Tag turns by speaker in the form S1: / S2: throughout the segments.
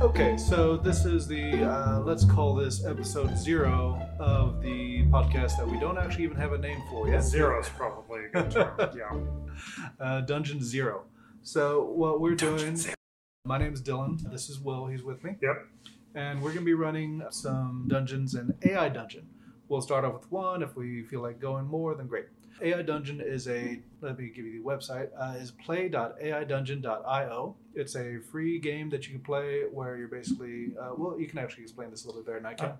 S1: Okay, so this is the, uh, let's call this episode zero of the podcast that we don't actually even have a name for yet.
S2: Zero's probably a good term. yeah.
S1: Uh, Dungeon Zero. So, what we're
S2: Dungeon
S1: doing,
S2: Zero.
S1: my name's Dylan. This is Will, he's with me.
S2: Yep.
S1: And we're going to be running some dungeons in AI Dungeon. We'll start off with one. If we feel like going more, then great. AI Dungeon is a, let me give you the website, uh, is play.aidungeon.io. It's a free game that you can play where you're basically, uh, well, you can actually explain this a little bit better than I can.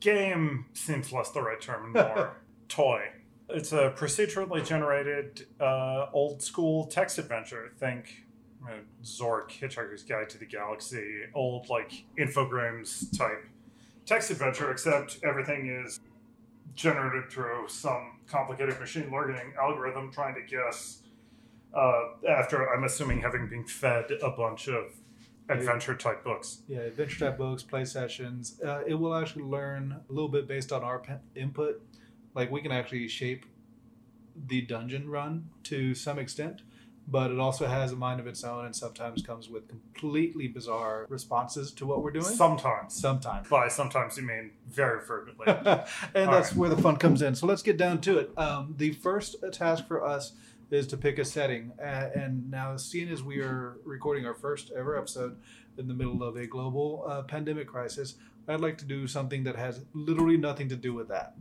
S2: Game seems less the right term and more toy. It's a procedurally generated uh, old school text adventure. Think uh, Zork, Hitchhiker's Guide to the Galaxy, old like infogrames type text adventure, except everything is generated through some complicated machine learning algorithm trying to guess. Uh, after, I'm assuming, having been fed a bunch of adventure type books.
S1: Yeah, adventure type books, play sessions. Uh, it will actually learn a little bit based on our p- input. Like we can actually shape the dungeon run to some extent, but it also has a mind of its own and sometimes comes with completely bizarre responses to what we're doing.
S2: Sometimes.
S1: sometimes.
S2: By sometimes you mean very fervently.
S1: and that's where the fun comes in. So let's get down to it. Um, the first task for us is to pick a setting. Uh, and now, seeing as we are recording our first ever episode in the middle of a global uh, pandemic crisis, I'd like to do something that has literally nothing to do with that.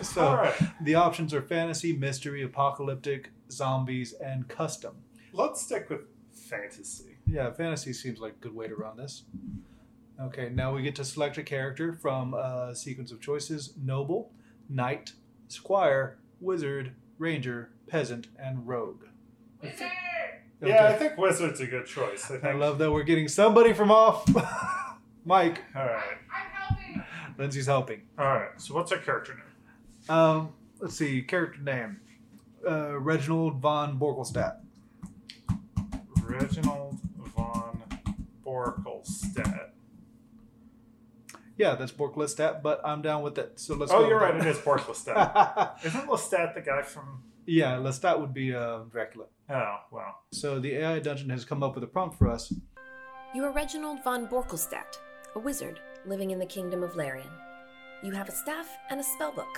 S1: so
S2: All right,
S1: the options are fantasy, mystery, apocalyptic, zombies, and custom.
S2: let's stick with fantasy.
S1: Yeah, fantasy seems like a good way to run this. Okay, now we get to select a character from a sequence of choices noble, knight, squire, wizard, ranger, peasant, and rogue. Okay.
S2: Yeah, I think wizard's a good choice. I think.
S1: I love that we're getting somebody from off. Mike,
S2: All right,
S1: Lindsay's helping.
S2: all right. So what's our character name?
S1: Um, let's see, character name uh, Reginald von Borgelstadt.
S2: Reginald von Borkelstedt.
S1: Yeah, that's Borgelstadt, but I'm down with it. So let's go.
S2: oh, you're
S1: with
S2: right. It is Borkelstedt.
S1: that.
S2: Isn't Lestat the guy from?
S1: yeah, Lestat would be uh, Dracula.
S2: Oh, wow.
S1: So the AI dungeon has come up with a prompt for us.
S3: You are Reginald von Borkelstadt, a wizard living in the kingdom of Larian. You have a staff and a spellbook.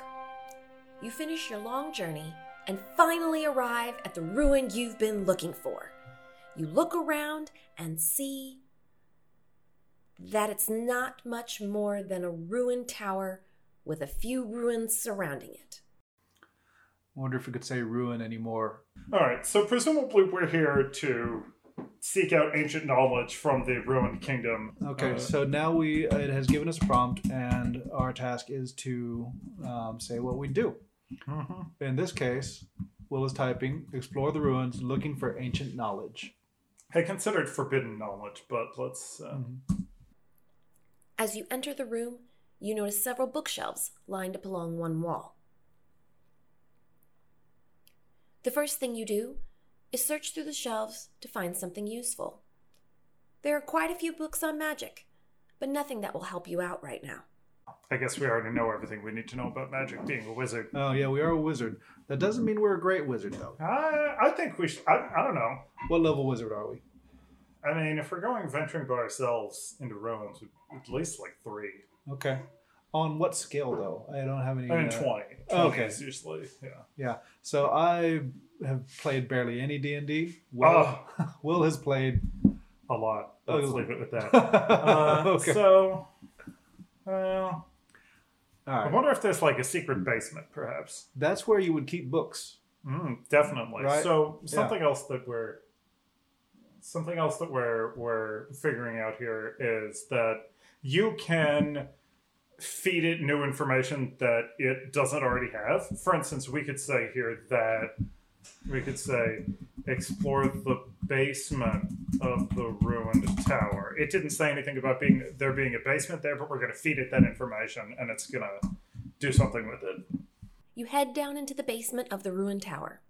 S3: You finish your long journey and finally arrive at the ruin you've been looking for. You look around and see that it's not much more than a ruined tower with a few ruins surrounding it.
S1: Wonder if we could say ruin anymore.
S2: All right. So presumably we're here to seek out ancient knowledge from the ruined kingdom.
S1: Okay,
S2: Uh,
S1: so now we it has given us a prompt, and our task is to um, say what we do.
S2: mhm.
S1: In this case, Will is typing explore the ruins, looking for ancient knowledge.
S2: I considered forbidden knowledge, but let's. Uh,
S1: Mm-hmm.
S3: As you enter the room, you notice several bookshelves lined up along one wall. The first thing you do is search through the shelves to find something useful. There are quite a few books on magic, but nothing that will help you out right now.
S2: I guess we already know everything we need to know about magic being a wizard.
S1: Oh yeah, we are a wizard. That doesn't mean we're a great wizard though.
S2: I, I think we should. I, I don't know.
S1: What level wizard are we?
S2: I mean, if we're going venturing by ourselves into ruins, at least like three.
S1: Okay. On what scale though? I don't have any.
S2: I mean,
S1: uh,
S2: 20. 20
S1: Okay.
S2: is usually. Yeah.
S1: Yeah. So I have played barely any D and D. Will
S2: Oh,
S1: Will has played
S2: a lot. Let's
S1: Oh.
S2: leave it with that. Uh,
S1: Uh, okay.
S2: So, well,
S1: All
S2: I
S1: right.
S2: wonder if there's like a secret basement, perhaps.
S1: That's where you would keep books.
S2: Mm, definitely.
S1: Right?
S2: So something else that we're something else that we're we're figuring out here is that you can feed it new information that it doesn't already have. For instance, we could say here that we could say explore the basement of the ruined tower. It didn't say anything about being there being a basement there, but we're going to feed it that information and it's going to do something with it.
S3: You head down into the basement of the ruined tower.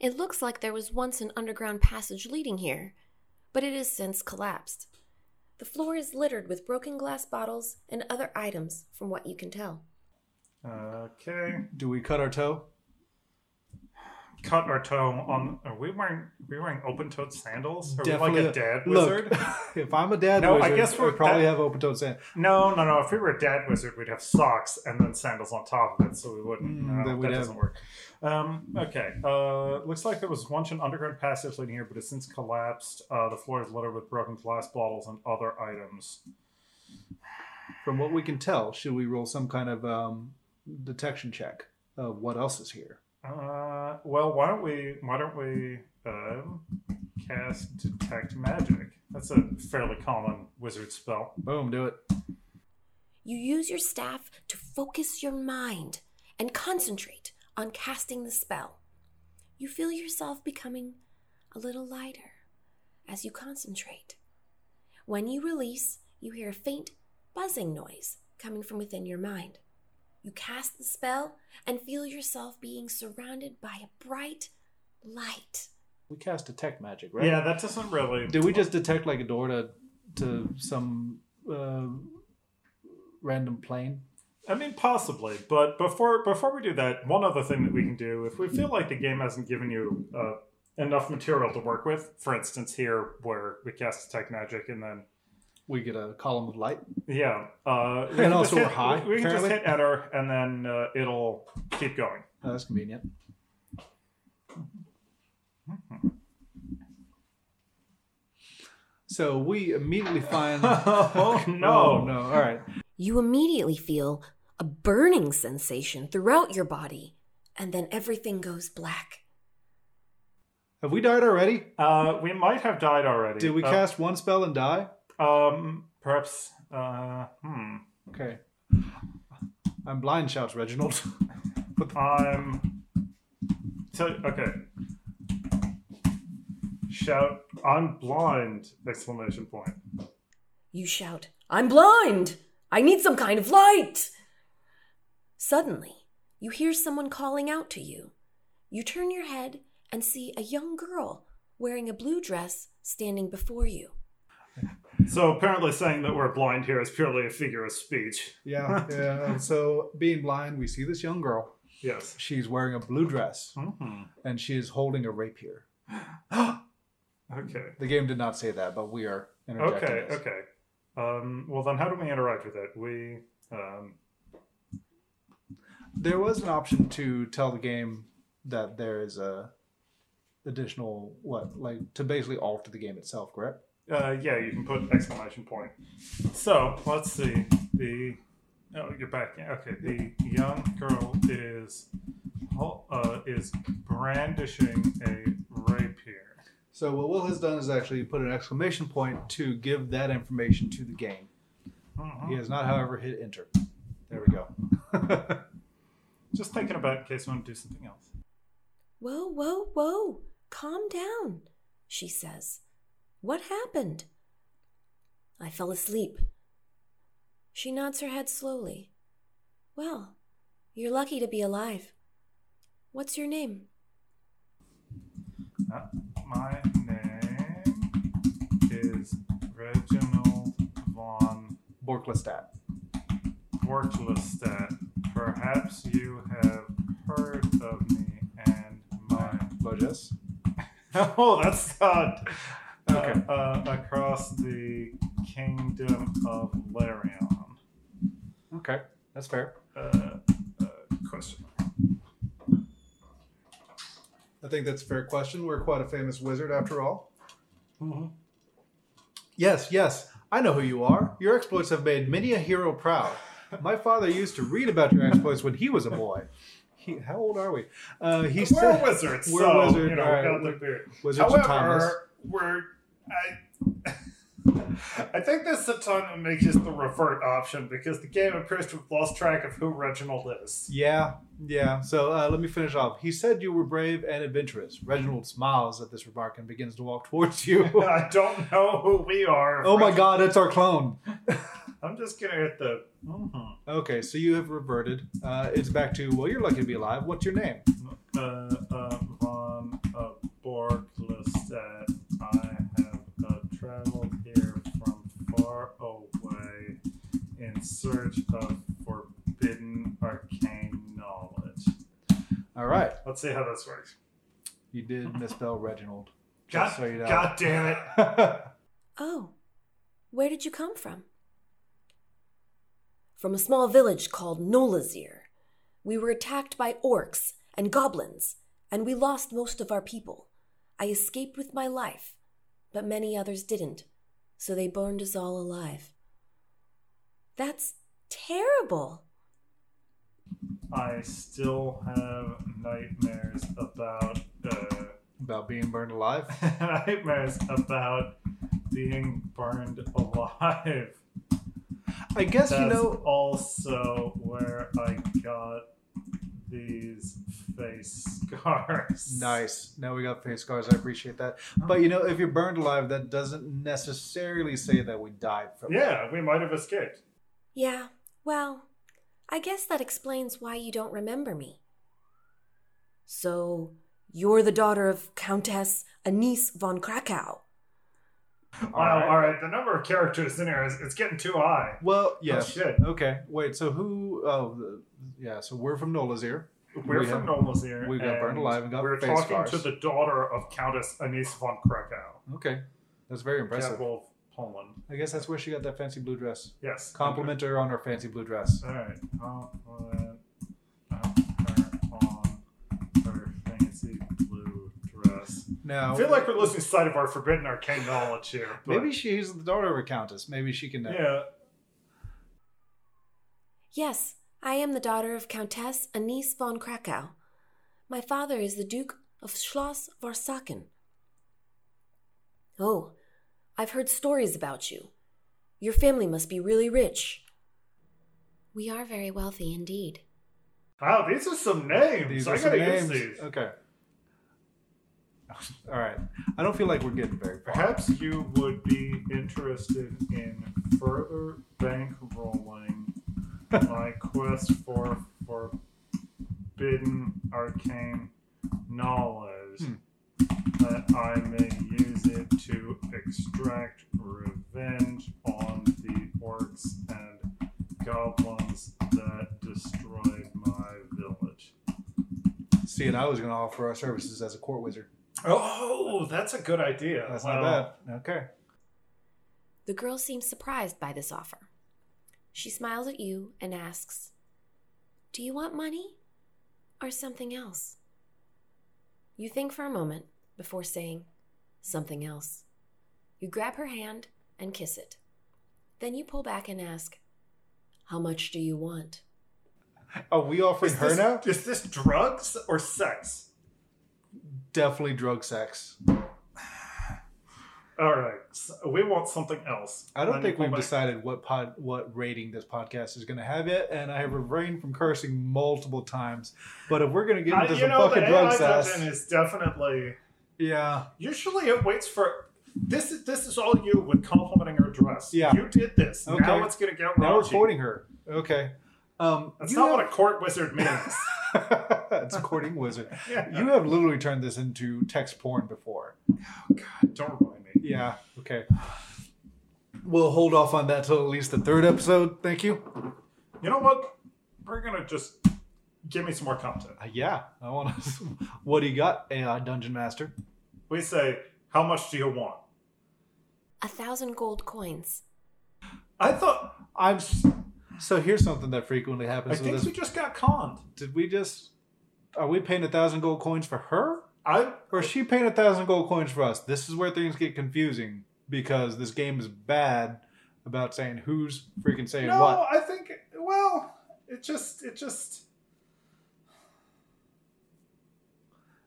S3: It looks like there was once an underground passage leading here, but it has since collapsed. The floor is littered with broken glass bottles and other items, from what you can tell.
S2: Okay.
S1: Do we cut our toe?
S2: cut our toe on. Are we wearing we wearing open toed sandals? Are we like
S1: Definitely-
S2: a dad
S1: Look,
S2: wizard?
S1: if I'm a dad
S2: No, I
S1: wizard, I
S2: guess
S1: guess
S2: we're-
S1: we probably have open toed sand.
S2: No, no, no. If we were a dad wizard, we'd have socks and then sandals on top of it, so we wouldn't.
S1: Mm,
S2: no,
S1: then we'd
S2: that
S1: have-
S2: doesn't work. Um, okay. Uh, looks like there was once an underground passage leading here, but it's since collapsed. Uh, the floor is littered with broken glass bottles and other items.
S1: From what we can tell, should we roll some kind of um, detection check of what else is here?
S2: Uh, well, why don't we? Why don't we um, cast detect magic? That's a fairly common wizard spell.
S1: Boom, do it.
S3: You use your staff to focus your mind and concentrate on casting the spell. You feel yourself becoming a little lighter as you concentrate. When you release, you hear a faint buzzing noise coming from within your mind. You cast the spell and feel yourself being surrounded by a bright light.
S1: We cast detect magic, right?
S2: Yeah, that doesn't really.
S1: Did we just detect like a door to to some uh, random plane?
S2: I mean, possibly. But before before we do that, one other thing that we can do, if we feel like the game hasn't given you uh, enough material to work with, for instance, here where we cast detect magic and then
S1: We get a column of light.
S2: yeah, uh,
S1: And
S2: we can
S1: also
S2: just
S1: we're
S2: hit-
S1: high,
S2: We can just
S1: apparently.
S2: hit enter and then uh, it'll keep going.
S1: Oh, that's convenient. So we immediately find.
S2: oh
S1: Oh, no! All right.
S3: You immediately feel a burning sensation throughout your body, and then everything goes black.
S1: Have we died already?
S2: Uh, we might have died already.
S1: Did we
S2: Uh,
S1: cast one spell and die?
S2: Um, perhaps. Uh, hmm.
S1: Okay. I'm blind. Shouts Reginald.
S2: I'm. Um, So okay. Shout! I'm blind! Exclamation point.
S3: You shout, I'm blind! I need some kind of light! Suddenly, you hear someone calling out to you. You turn your head and see a young girl wearing a blue dress standing before you.
S2: So apparently, saying that we're blind here is purely a figure of speech.
S1: yeah, yeah. And so being blind, we see this young girl.
S2: Yes.
S1: She's wearing a blue dress
S2: hmm
S1: and she is holding a rapier.
S2: Okay.
S1: The game did not say that, but we are interjecting.
S2: Okay.
S1: this.
S2: Okay. Um, well, then, how do we interact with it? We. Um,
S1: There was an option to tell the game that there is a additional what, like to basically alter the game itself, correct?
S2: Uh, yeah, you can put exclamation point. So let's see. The oh, you're back. Yeah, Okay, the young girl is hol- uh, is brandishing a rapier.
S1: So what Will has done is actually put an exclamation point to give that information to the game.
S2: Mhm.
S1: He has not, however, hit enter. There we go.
S2: Just thinking about it in case you want to do something else.
S3: Whoa, whoa, whoa! Calm down, she says. What happened? I fell asleep. She nods her head slowly. Well, you're lucky to be alive. What's your name?
S2: Uh, my name is Reginald von
S1: Borklestat.
S2: Borklestat. Perhaps you have heard of me and my
S1: Loges.
S2: Oh, that's not
S1: Okay.
S2: Uh, uh, across the kingdom of Larion.
S1: Okay, that's fair.
S2: Uh, uh, question.
S1: I think that's a fair question. We're quite a famous wizard after all. Mm-hmm. Yes, yes, I know who you are. Your exploits have made many a hero proud. My father used to read about your exploits when he was a boy. He, how old are we? Uh, he
S2: We're
S1: said,
S2: wizards,
S1: We're
S2: so
S1: wizard,
S2: you know
S1: alright,
S2: we got the
S1: we're-
S2: beard.
S1: Wizards of Timeless.
S2: However, we're I. I think this is the time to make this the revert option because the game appears to have lost track of who Reginald is.
S1: Yeah, yeah. So uh, let me finish off. He said you were brave and adventurous. Reginald smiles at this remark and begins to walk towards you.
S2: I don't know who we are.
S1: oh my god, it's our clone.
S2: I'm just gonna hit the. Mhm.
S1: Okay, so you have reverted. Uh, it's back to, well, you're lucky to be alive. What's your name?
S2: uh, uh, von uh, Borglestat, I have uh, traveled here from far away in search of forbidden arcane knowledge.
S1: All right.
S2: Let's see how this works.
S1: You did misspell Reginald.
S2: God,
S1: Just so you know.
S2: God damn it.
S3: Oh, where did you come from? From a small village called Nolazir. We were attacked by orcs and goblins, and we lost most of our people. I escaped with my life, but many others didn't, so they burned us all alive. That's terrible.
S2: I still have nightmares about uh,
S1: About being burned alive.
S2: nightmares about being burned alive.
S1: I guess
S2: That's
S1: you know.
S2: also where I got these face scars.
S1: Nice. Now we got face scars. I appreciate that.
S2: Oh.
S1: But you know, if you're burned alive, that doesn't necessarily say that we died from it.
S2: Yeah, we might have escaped.
S3: Yeah, well, I guess that explains why you don't remember me. So, you're the daughter of Countess Anise von Krakow.
S2: wow, all right. The number of characters in here is it's getting too high.
S1: Well, yes.
S2: Oh, shit.
S1: okay. Wait. So who? Oh, the, yeah. So we're from Nolazir.
S2: We're
S1: We have-
S2: from Nobles here.
S1: we got burned alive and got
S2: We're
S1: face
S2: talking
S1: scars.
S2: to the daughter of Countess Anise von Krakow,
S1: Okay, that's very impressive.
S2: Catwolf Poland.
S1: I guess that's where she got that fancy blue dress.
S2: Yes.
S1: Compliment her on her fancy blue dress.
S2: All right. Compliment her on her fancy blue dress.
S1: Now,
S2: I feel like we're losing sight of our forbidden arcane knowledge here. But
S1: maybe she's the daughter of a countess. Maybe she can. Know.
S2: yeah.
S3: Yes, I am the daughter of Countess Anise von Krakow. My father is the Duke of Schloss Warsachen. Oh, I've heard stories about you. Your family must be really rich. We are very wealthy indeed.
S2: Wow, these are some names.
S1: These
S2: I
S1: are
S2: gotta
S1: some
S2: use
S1: names.
S2: these.
S1: Okay. All right. I don't feel like we're getting very far.
S2: Perhaps you would be interested in further bankrolling my quest for forbidden arcane knowledge
S1: Hmm.
S2: that I may use it to extract revenge on the orcs and goblins that destroyed my village.
S1: See, and I was going to offer our services as a court wizard.
S2: Oh, that's a good idea.
S1: That's
S2: Wow.
S1: not bad. Okay.
S3: The girl seems surprised by this offer. She smiles at you and asks, Do you want money or something else? You think for a moment before saying, Something else. You grab her hand and kiss it. Then you pull back and ask, How much do you want?
S1: Are we offering
S2: Is
S1: her
S2: this,
S1: now?
S2: Is this drugs or sex?
S1: Definitely drug sex.
S2: All right, so we want something else.
S1: I don't
S2: Then
S1: think
S2: you
S1: we've
S2: go back.
S1: decided what pod, what rating this podcast is going to have yet, and I have refrained from cursing multiple times. But if we're going to get
S2: I,
S1: into
S2: you
S1: some
S2: know, the
S1: fucking drug
S2: AI
S1: sex,
S2: engine is definitely.
S1: yeah,
S2: Usually, it waits for. This is this is all you with complimenting her dress.
S1: Yeah.
S2: you did this.
S1: Okay.
S2: Now it's gonna get
S1: now we're
S2: raunchy.
S1: courting her. Okay, um,
S2: That's
S1: you
S2: not
S1: have-
S2: what a court wizard means.
S1: it's a courting wizard.
S2: yeah.
S1: You have literally turned this into text porn before.
S2: don't remind me.
S1: Yeah. Okay. We'll hold off on that till at least the third episode. Thank you.
S2: You know what? We're gonna just give me some more content.
S1: Uh, yeah, I want to. what do you got, AI Dungeon Master?
S2: We say, how much do you want?
S3: A thousand gold coins.
S2: I thought.
S1: I'm. s- So here's something that frequently
S2: I
S1: happens with
S2: think
S1: this
S2: we just got conned.
S1: did we just are we paying a thousand gold coins for her
S2: I
S1: or is she paying a thousand gold coins for us this is where things get confusing because this game is bad about saying who's freaking saying
S2: No,
S1: what
S2: I think well, it just it just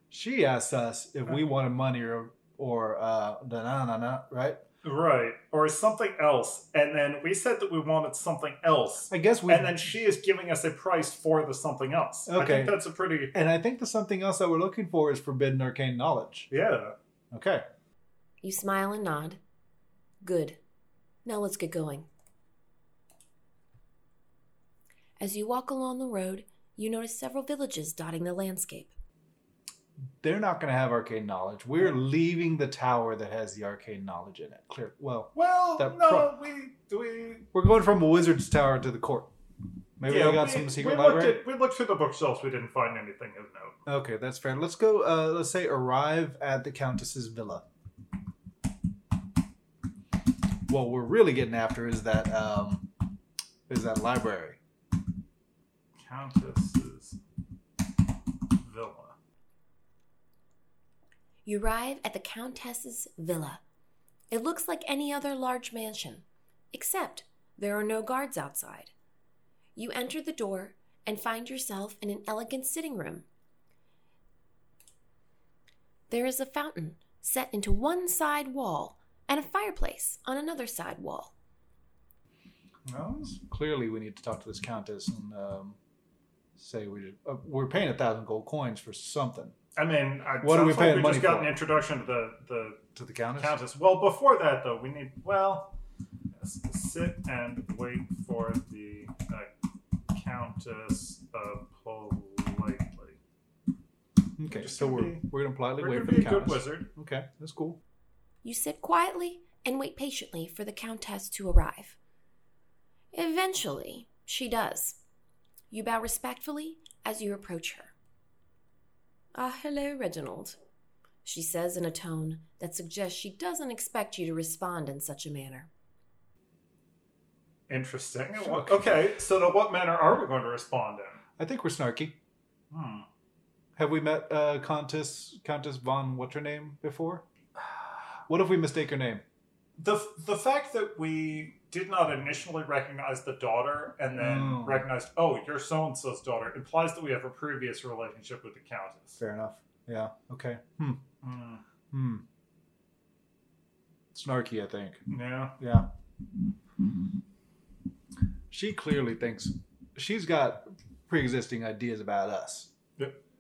S1: she asks us if
S2: Uh.
S1: we wanted money or or uh da na na na right
S2: right or something else, and then we said that we wanted something else,
S1: i guess we
S2: and then she is giving us a price for the something else. I
S1: Okay.
S2: think that's a pretty
S1: and i think the something else that we're looking for is forbidden arcane knowledge
S2: yeah.
S1: okay
S3: You smile and nod. Good. Now let's get going. As you walk along the road, you notice several villages dotting the landscape.
S1: they're not going to have arcane knowledge we're leaving the tower that has the arcane knowledge in it clear well
S2: Well,
S1: That
S2: no, we we
S1: we're going from a wizard's tower to the court Maybe
S2: Yeah,
S1: they got
S2: we-
S1: some secret
S2: we looked
S1: library.
S2: at- we looked through the bookshelves. We didn't find anything of note.
S1: Okay, that's fair. Let's go. Uh, let's say arrive at the Countess's villa. What we're really getting after is that um, is that library.
S2: Countess's villa.
S3: You arrive at the Countess's villa. It looks like any other large mansion, except there are no guards outside. You enter the door and find yourself in an elegant sitting room. There is a fountain set into one side wall and a fireplace on another side wall.
S2: No,
S1: Clearly, we need to talk to this countess and um, say we uh, we're paying a thousand gold coins for something
S2: I mean, I,
S1: What are
S2: sounds
S1: we paying
S2: like we
S1: money
S2: just got
S1: for?
S2: an introduction to the the
S1: to the countess.
S2: countess. Well, before that though, we need well, s- sit and wait for the uh, countess uh, politely.
S1: Okay,
S2: Just
S1: so
S2: gonna
S1: we're
S2: be-
S1: we're gonna politely
S2: We're
S1: wait
S2: gonna
S1: for
S2: be
S1: the
S2: a good
S1: countess.
S2: wizard.
S1: Okay, that's cool.
S3: You sit quietly and wait patiently for the Countess to arrive. Eventually, she does. You bow respectfully as you approach her. Ah, hello, Reginald, she says in a tone that suggests she doesn't expect you to respond in such a manner.
S2: Interesting.
S1: Sure.
S2: Well, Okay, so to what manner are we going to respond in?
S1: I think we're snarky.
S2: Hmm.
S1: Have we met uh, Countess Countess von what's her name before? What if we mistake her name?
S2: The the fact that we did not initially recognize the daughter and then
S1: Mm.
S2: recognized, oh, you're so and so's daughter, implies that we have a previous relationship with the countess.
S1: Fair enough. Yeah. Okay. Hmm.
S2: Hmm.
S1: Hmm. Snarky, I think.
S2: Yeah.
S1: Yeah. She clearly thinks she's got pre-existing ideas about us.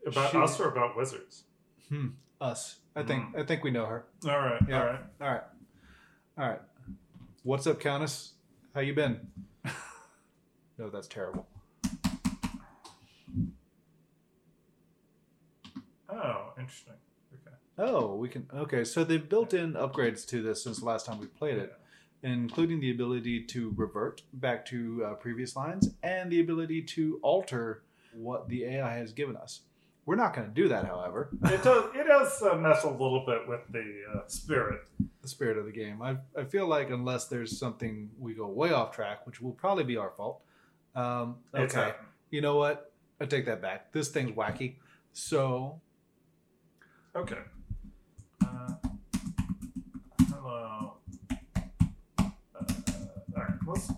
S2: About
S1: She-
S2: us or about wizards?
S1: Hmm. Us. I think. I think we know her.
S2: All right.
S1: Yeah.
S2: All right.
S1: All right. All right. What's up, Countess? How you been? no, that's terrible.
S2: Oh, interesting. Okay.
S1: Oh, we can. Okay, so they've built in upgrades to this since the last time we played it, including the ability to revert back to uh, previous lines and the ability to alter what the AI has given us. We're not going to do that, however.
S2: It does. It does uh, mess a little bit with the uh, spirit.
S1: The spirit of the game. I, I feel like unless there's something we go way off track, which will probably be our fault. Um, okay.
S2: It's happened.
S1: You know what? I take that back. This thing's wacky. So
S2: Okay. Uh, hello. Uh, all right. Let's.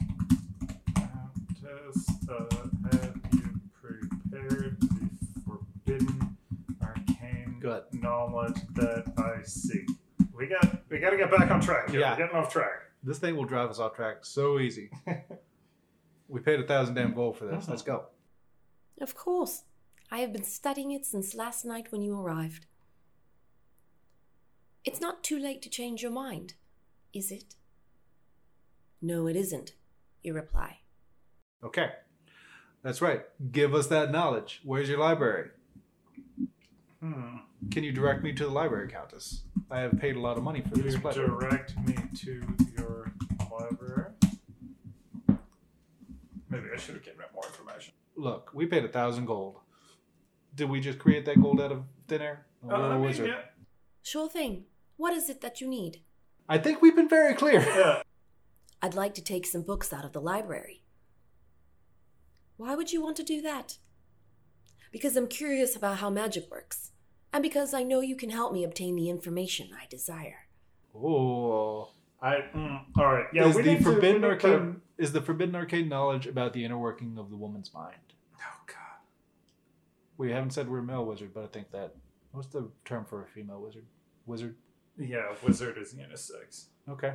S2: Countess, uh, have you prepared the forbidden arcane
S1: Good.
S2: knowledge that I seek? We got. We got to get back on track. here.
S1: Yeah.
S2: We're getting off track.
S1: this thing will drive us off track so easy. we paid a thousand damn gold for this. Let's go.
S3: Of course. I have been studying it since last night when you arrived. It's not too late to change your mind, is it? No, it isn't, you reply.
S1: Okay. That's right. Give us that knowledge. Where's your library?
S2: Hmm.
S1: Can you direct me to the library, Countess? I have paid a lot of money for
S2: You
S1: this pleasure.
S2: direct me to your library. Maybe I should have given it more information.
S1: Look, we paid a thousand gold. Did we just create that gold out of thin air? We're
S2: Uh,
S1: a
S2: I mean,
S1: wizard.
S2: yeah.
S3: Sure thing. What is it that you need?
S1: I think we've been very clear.
S2: Yeah.
S3: I'd like to take some books out of the library. Why would you want to do that? Because I'm curious about how magic works, and because I know you can help me obtain the information I desire.
S1: oh.
S2: I. Mm, all right. Yeah.
S1: is
S2: we
S1: the
S2: need
S1: forbidden
S2: to, we need to-
S1: arcane is the forbidden arcane knowledge about the inner working of the woman's mind?
S2: oh God.
S1: We haven't said we're a male wizard, but I think that what's the term for a female wizard? Wizard.
S2: Yeah, wizard is unisex.
S1: Okay.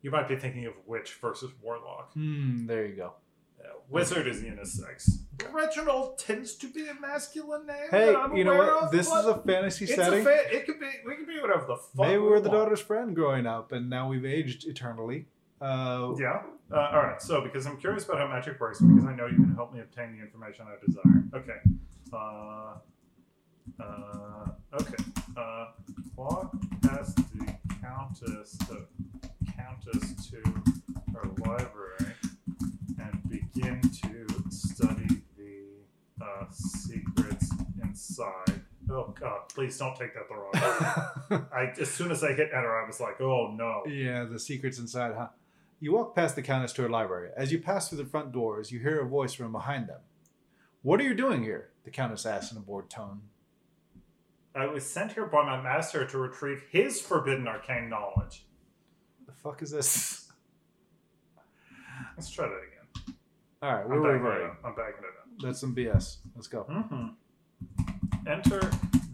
S2: You might be thinking of witch versus warlock.
S1: Hmm. There you go.
S2: Yeah, wizard is unisex. Reginald tends to be a masculine name.
S1: Hey,
S2: that I'm
S1: you know
S2: aware
S1: what?
S2: of,
S1: This
S2: but
S1: is a fantasy
S2: It's
S1: setting.
S2: a fa- it could be. We could be whatever the fuck.
S1: Maybe
S2: we
S1: we're the
S2: want.
S1: daughter's friend growing up, and now we've aged eternally. Uh,
S2: Yeah. Uh, all right. So, because I'm curious about how magic works, and because I know you can help me obtain the information I desire. Okay. Uh, uh, okay. Uh, walk past the countess, the countess to her library, and begin to study the uh, secrets inside. Oh god, please don't take that the wrong way. I as soon as I hit enter, I was like, oh no.
S1: Yeah, the secret's inside, huh? You walk past the countess to her library. As you pass through the front doors, you hear a voice from behind them. What are you doing here? The countess asks in a bored tone.
S2: I was sent here by my master to retrieve his forbidden arcane knowledge.
S1: The fuck is this?
S2: Let's try that again.
S1: All right,
S2: I'm
S1: we're
S2: backing it
S1: reverting.
S2: up. I'm backing it up.
S1: That's some BS. Let's go.
S2: Mm-hmm. Enter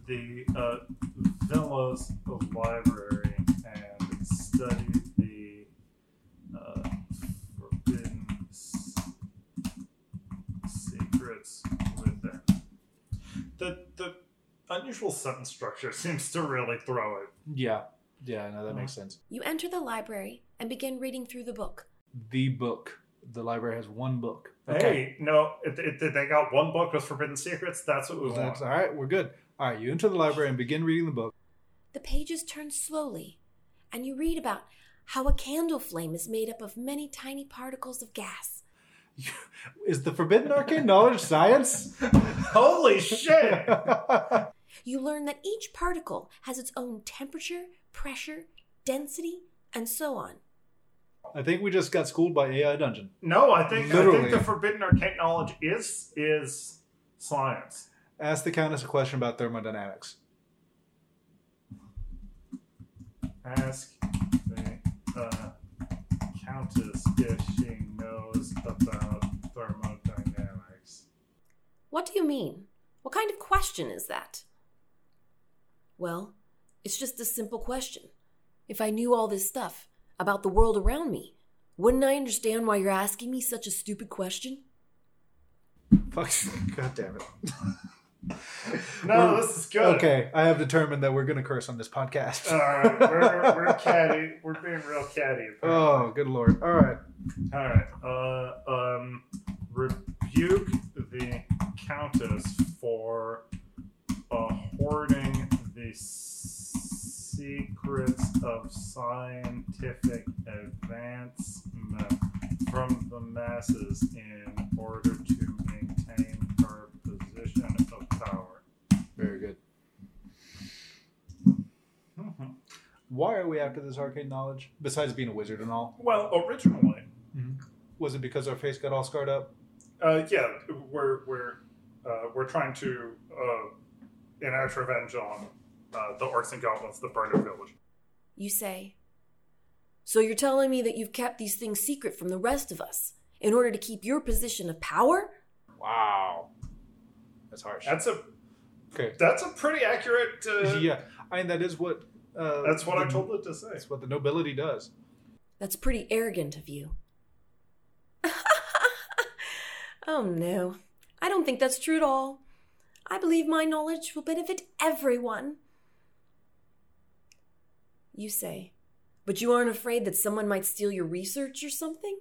S2: the uh, Villa's library and study the uh, forbidden s- secrets within. The the unusual sentence structure seems to really throw it.
S1: Yeah, yeah, no, that makes sense.
S3: You enter the library and begin reading through the book.
S1: The book. The library has one book.
S2: Hey, no, it, it, they got one book with forbidden secrets. That's what we want.
S1: That's all right. We're good. All right, you enter the library and begin reading the book.
S3: The pages turn slowly, and you read about how a candle flame is made up of many tiny particles of gas.
S1: Is the forbidden arcane knowledge science?
S2: Holy shit!
S3: You learn that each particle has its own temperature, pressure, density, and so on.
S1: I think we just got schooled by AI Dungeon.
S2: No, I think I
S1: Literally.
S2: think the forbidden arcane knowledge is is science.
S1: Ask the Countess a question about thermodynamics.
S2: Ask the uh, countess if she knows about thermodynamics.
S3: What do you mean? What kind of question is that? Well, it's just a simple question. If I knew all this stuff about the world around me, wouldn't I understand why you're asking me such a stupid question?
S1: Fuck. God damn it.
S2: No,
S1: We're-
S2: this is good.
S1: Okay, I have determined that we're going to curse on this podcast.
S2: All right, we're, we're catty. We're being real catty. apparently.
S1: oh, good lord. All right.
S2: All right. Uh, um, rebuke the countess for uh, hoarding the s- secrets of scientific advancement from the masses in order to maintain her position of power.
S1: Very good.
S2: Mm-hmm.
S1: Why are we after this arcane knowledge? Besides being a wizard and all.
S2: Well, originally,
S1: Was it because our face got all scarred up?
S2: Uh, yeah, we're we're uh, we're trying to uh, enact revenge on uh, the orcs and goblins that burned our village.
S3: You say, So you're telling me that you've kept these things secret from the rest of us in order to keep your position of power?
S1: Wow. That's harsh.
S2: That's a
S1: okay.
S2: that's a pretty accurate. Uh,
S1: yeah. I mean, that is what. Uh,
S2: that's what I
S1: the-
S2: told it to say.
S1: That's what the nobility does.
S3: That's pretty arrogant of you. oh no, I don't think that's true at all. I believe my knowledge will benefit everyone. You say, but you aren't afraid that someone might steal your research or something?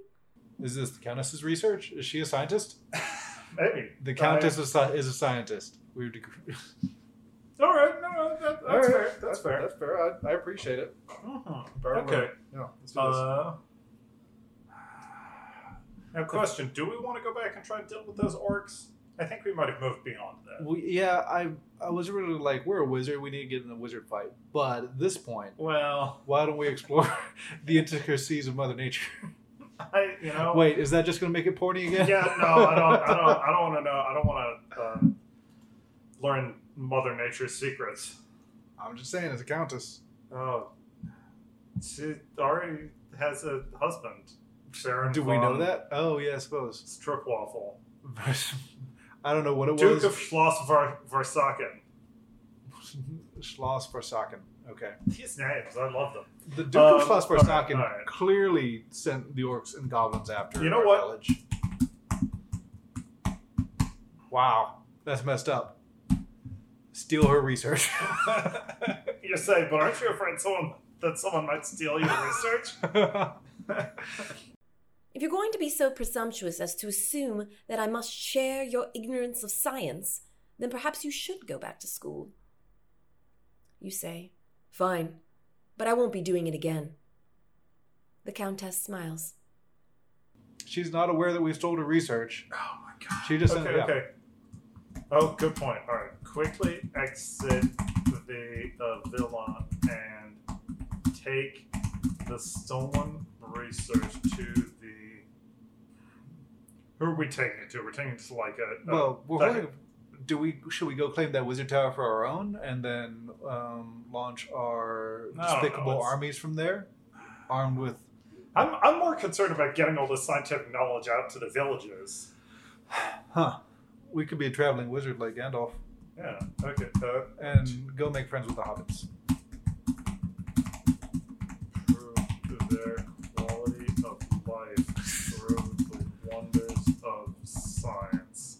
S1: Is this the Countess's research? Is she a scientist?
S2: Maybe
S1: The Countess is, sci- is a scientist. We would agree.
S2: I- Uh, all right, no, no, that, that's
S1: All right.
S2: fair. That's, fair.
S1: That's fair. I, I appreciate it.
S2: Mhm.
S1: Very
S2: Okay.
S1: well. Yeah, let's do this.
S2: Uh, now, question: Do we want to go back and try and deal with those orcs? I think we might have moved beyond that.
S1: we, yeah, I I was really like, we're a wizard. We need to get in a wizard fight. But at this point,
S2: Well,
S1: why don't we explore the intricacies of Mother Nature?
S2: I you know
S1: Wait, is that just going to make it porny again?
S2: Oh. yeah, no, I don't, I don't, I don't want to know. I don't want to uh, learn Mother Nature's secrets.
S1: I'm just saying, as a countess.
S2: Oh, she already has a husband, Baron.
S1: Do we know
S2: von
S1: that? Oh yeah, I suppose.
S2: Stripwaffle,
S1: I don't know what it
S2: Duke
S1: was.
S2: of Schloss Var- Varsaken.
S1: Schloss Barsaken. Okay.
S2: These names, I love them.
S1: The Duke
S2: Um,
S1: of Schloss
S2: alright,
S1: Barsaken
S2: alright.
S1: clearly sent the orcs and goblins after
S2: You know
S1: our
S2: what?
S1: village. Wow, that's messed up. Steal her research.
S2: you say, but aren't you afraid someone that someone might steal your research?
S3: If you're going to be so presumptuous as to assume that I must share your ignorance of science, then perhaps you should go back to school. You say, Fine, but I won't be doing it again. The Countess smiles.
S1: She's not aware that we stole her research.
S4: Oh my god.
S1: She just sent
S4: Okay,
S1: it out.
S4: okay.
S2: Oh, good point. All right, quickly exit the uh, villa and take the stolen research to the.
S4: Who are we taking it to? We're taking it to like a. a
S1: Well, we're
S4: that-
S1: holding, do we should we go claim that wizard tower for our own and then um, launch
S4: I
S1: our
S4: don't know,
S1: despicable
S4: it's-
S1: armies from there, armed with?
S4: I'm, I'm more concerned about getting all this scientific knowledge out to the villages.
S1: Huh. We could be a traveling wizard like Gandalf
S4: Yeah. Okay. Uh,
S1: and go make friends with the hobbits.
S2: improve their quality of life through the wonders of science.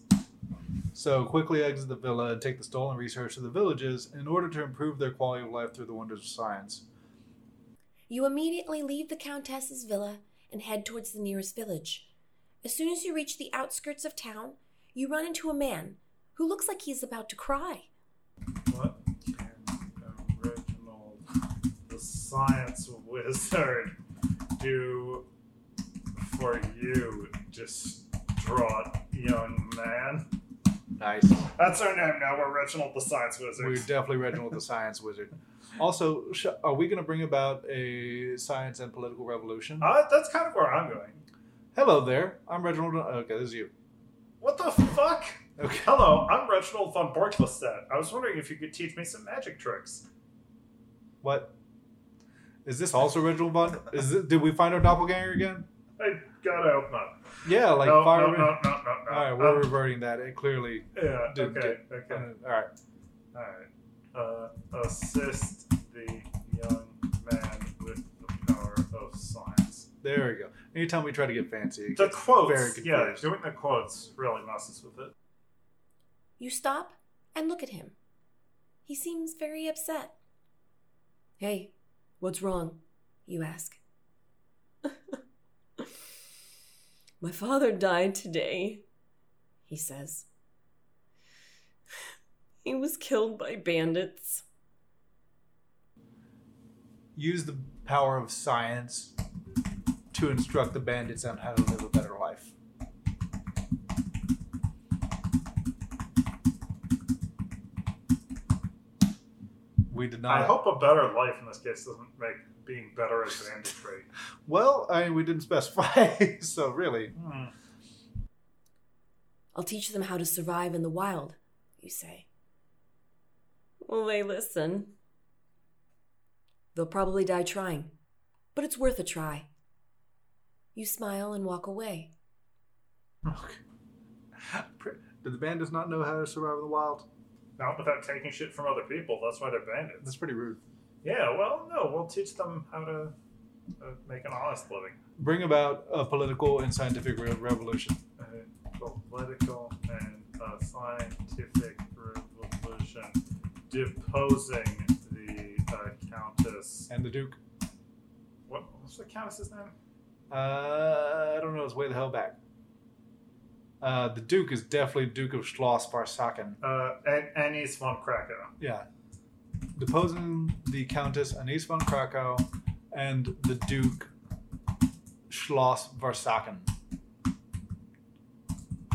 S1: So quickly exit the villa and take the stolen research to the villages in order to improve their quality of life through the wonders of science.
S3: You immediately leave the Countess's villa and head towards the nearest village. As soon as you reach the outskirts of town, you run into a man who looks like he's about to cry.
S2: What can Reginald, the science wizard, do for you, distraught young man?
S1: Nice.
S4: that's our name now. We're Reginald the Science Wizard.
S1: We're definitely Reginald the Science Wizard. Also, sh- are we going to bring about a science and political revolution?
S4: Uh, that's kind of where I'm going.
S1: Hello there. I'm Reginald. uh, Okay, this is you.
S4: What the fuck?
S1: Okay.
S4: Hello, I'm Reginald von Borklestad. I was wondering if you could teach me some magic tricks.
S1: What? Is this also Reginald Von? Is this, did we find our doppelganger again?
S4: I gotta open up.
S1: Yeah, like
S4: no,
S1: fire.
S4: no, no, no, no, no.
S1: All right, we're
S4: Um,
S1: reverting that. It clearly. uh,
S4: yeah,
S1: Dude,
S4: okay, okay.
S1: All right.
S2: Alright. Uh, assist the young man with the power of science.
S1: There we go. Anytime we try to get fancy, it
S2: The
S1: gets very
S2: quotes.
S1: confused.
S2: Yeah, doing the quotes really messes with it.
S3: You stop and look at him. He seems very upset. Hey, what's wrong? You ask. My father died today, he says. He was killed by bandits.
S1: Use the power of science to instruct the bandits on how to live a better life. We did not.
S2: I hope a better life in this case doesn't make being better at banditry.
S1: Well, I we didn't specify, so really.
S2: hmm.
S3: I'll teach them how to survive in the wild, you say. Will they listen? They'll probably die trying, but it's worth a try. You smile and walk away.
S1: Pr- Do the bandits not know how to survive in the wild?
S2: Not without taking shit from other people. That's why they're bandits.
S1: That's pretty rude.
S2: Yeah, well, no, we'll teach them how to uh, make an honest living.
S1: Bring about a political and scientific re- revolution.
S2: Uh, political and uh, scientific revolution deposing the uh, Countess.
S1: And the Duke,
S2: What was the Countess's name?
S1: uh, I don't know, it's way the hell back. Uh, the Duke is definitely Duke of Schloss Barsaken.
S2: Uh, An- Annie's von Krakow.
S1: Yeah. Deposing the Countess Anise von Krakow and the Duke Schloss Barsaken.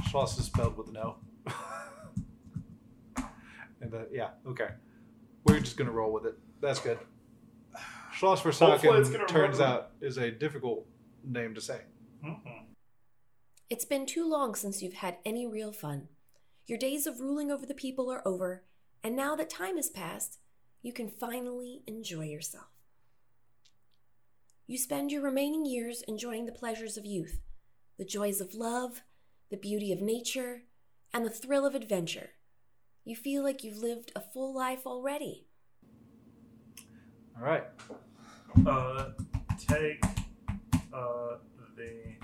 S1: Schloss is spelled with an O. and the, yeah, okay. We're just going to roll with it. That's good. Schloss
S2: Hopefully it's gonna
S1: Versaken turns
S2: remember-
S1: out is a difficult name to say.
S2: Mm-hmm.
S3: It's been too long since you've had any real fun. Your days of ruling over the people are over, and now that time has passed, you can finally enjoy yourself. You spend your remaining years enjoying the pleasures of youth, the joys of love, the beauty of nature, and the thrill of adventure. You feel like you've lived a full life already.
S1: All right.
S2: Uh, take uh, the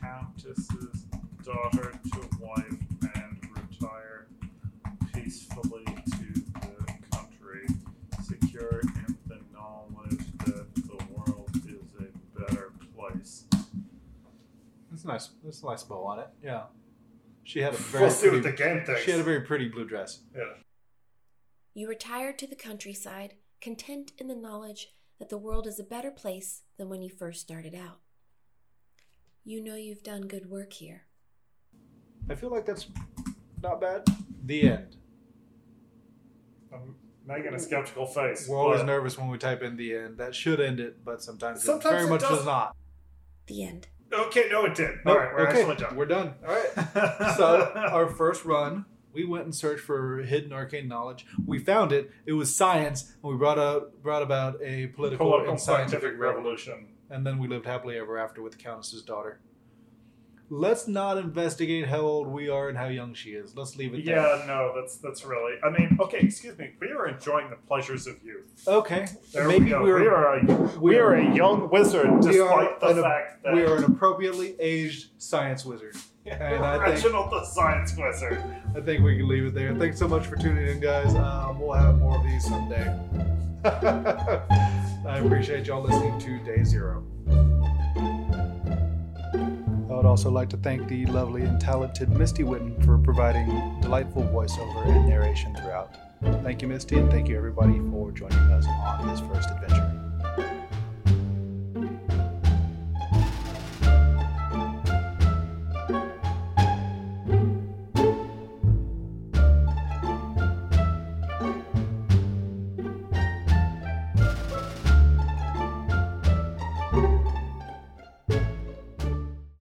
S2: Countess's daughter to wife and retire peacefully to the country, secure in the knowledge that the world is a better place.
S1: That's nice. That's a nice bow on it. Yeah. She had a very
S4: We'll see
S1: pretty,
S4: what the game thinks.
S1: she had a very pretty blue dress.
S4: yeah.
S3: You retire to the countryside, content in the knowledge that the world is a better place than when you first started out. You know you've done good work here.
S1: I feel like that's not bad. The end.
S2: I'm making a skeptical face.
S1: We're always
S2: but-
S1: nervous when we type in the end. That should end it, but sometimes, it
S2: Sometimes
S1: very
S2: it
S1: much does
S2: doesn't.
S1: not.
S3: The end.
S2: Okay, no, it did.
S1: Nope,
S2: All right, we're
S1: okay,
S2: actually done.
S1: We're done. All right. so our first run we went and searched for hidden arcane knowledge we found it it was science and we brought up brought about a political,
S2: political
S1: and scientific revolution
S2: revolution.
S1: and then we lived happily ever after with the countess's daughter let's not investigate how old we are and how young she is let's leave it there
S2: Yeah, no, that's that's really. I mean, okay, excuse me. We are enjoying the pleasures of youth.
S1: okay
S2: There
S1: maybe
S2: we go.
S1: we're
S2: we are a, we are a young wizard,
S1: we are
S2: despite the
S1: an-
S2: fact that
S1: we are an appropriately aged science wizard and i think
S2: Reginald the science wizard.
S1: I think we can leave it there. Thanks so much for tuning in, guys. Um, we'll have more of these someday. I appreciate y'all listening to Day Zero. I would also like to thank the lovely and talented Misty Witten for providing delightful voiceover and narration throughout. Thank you, Misty, and thank you, everybody, for joining us on this first.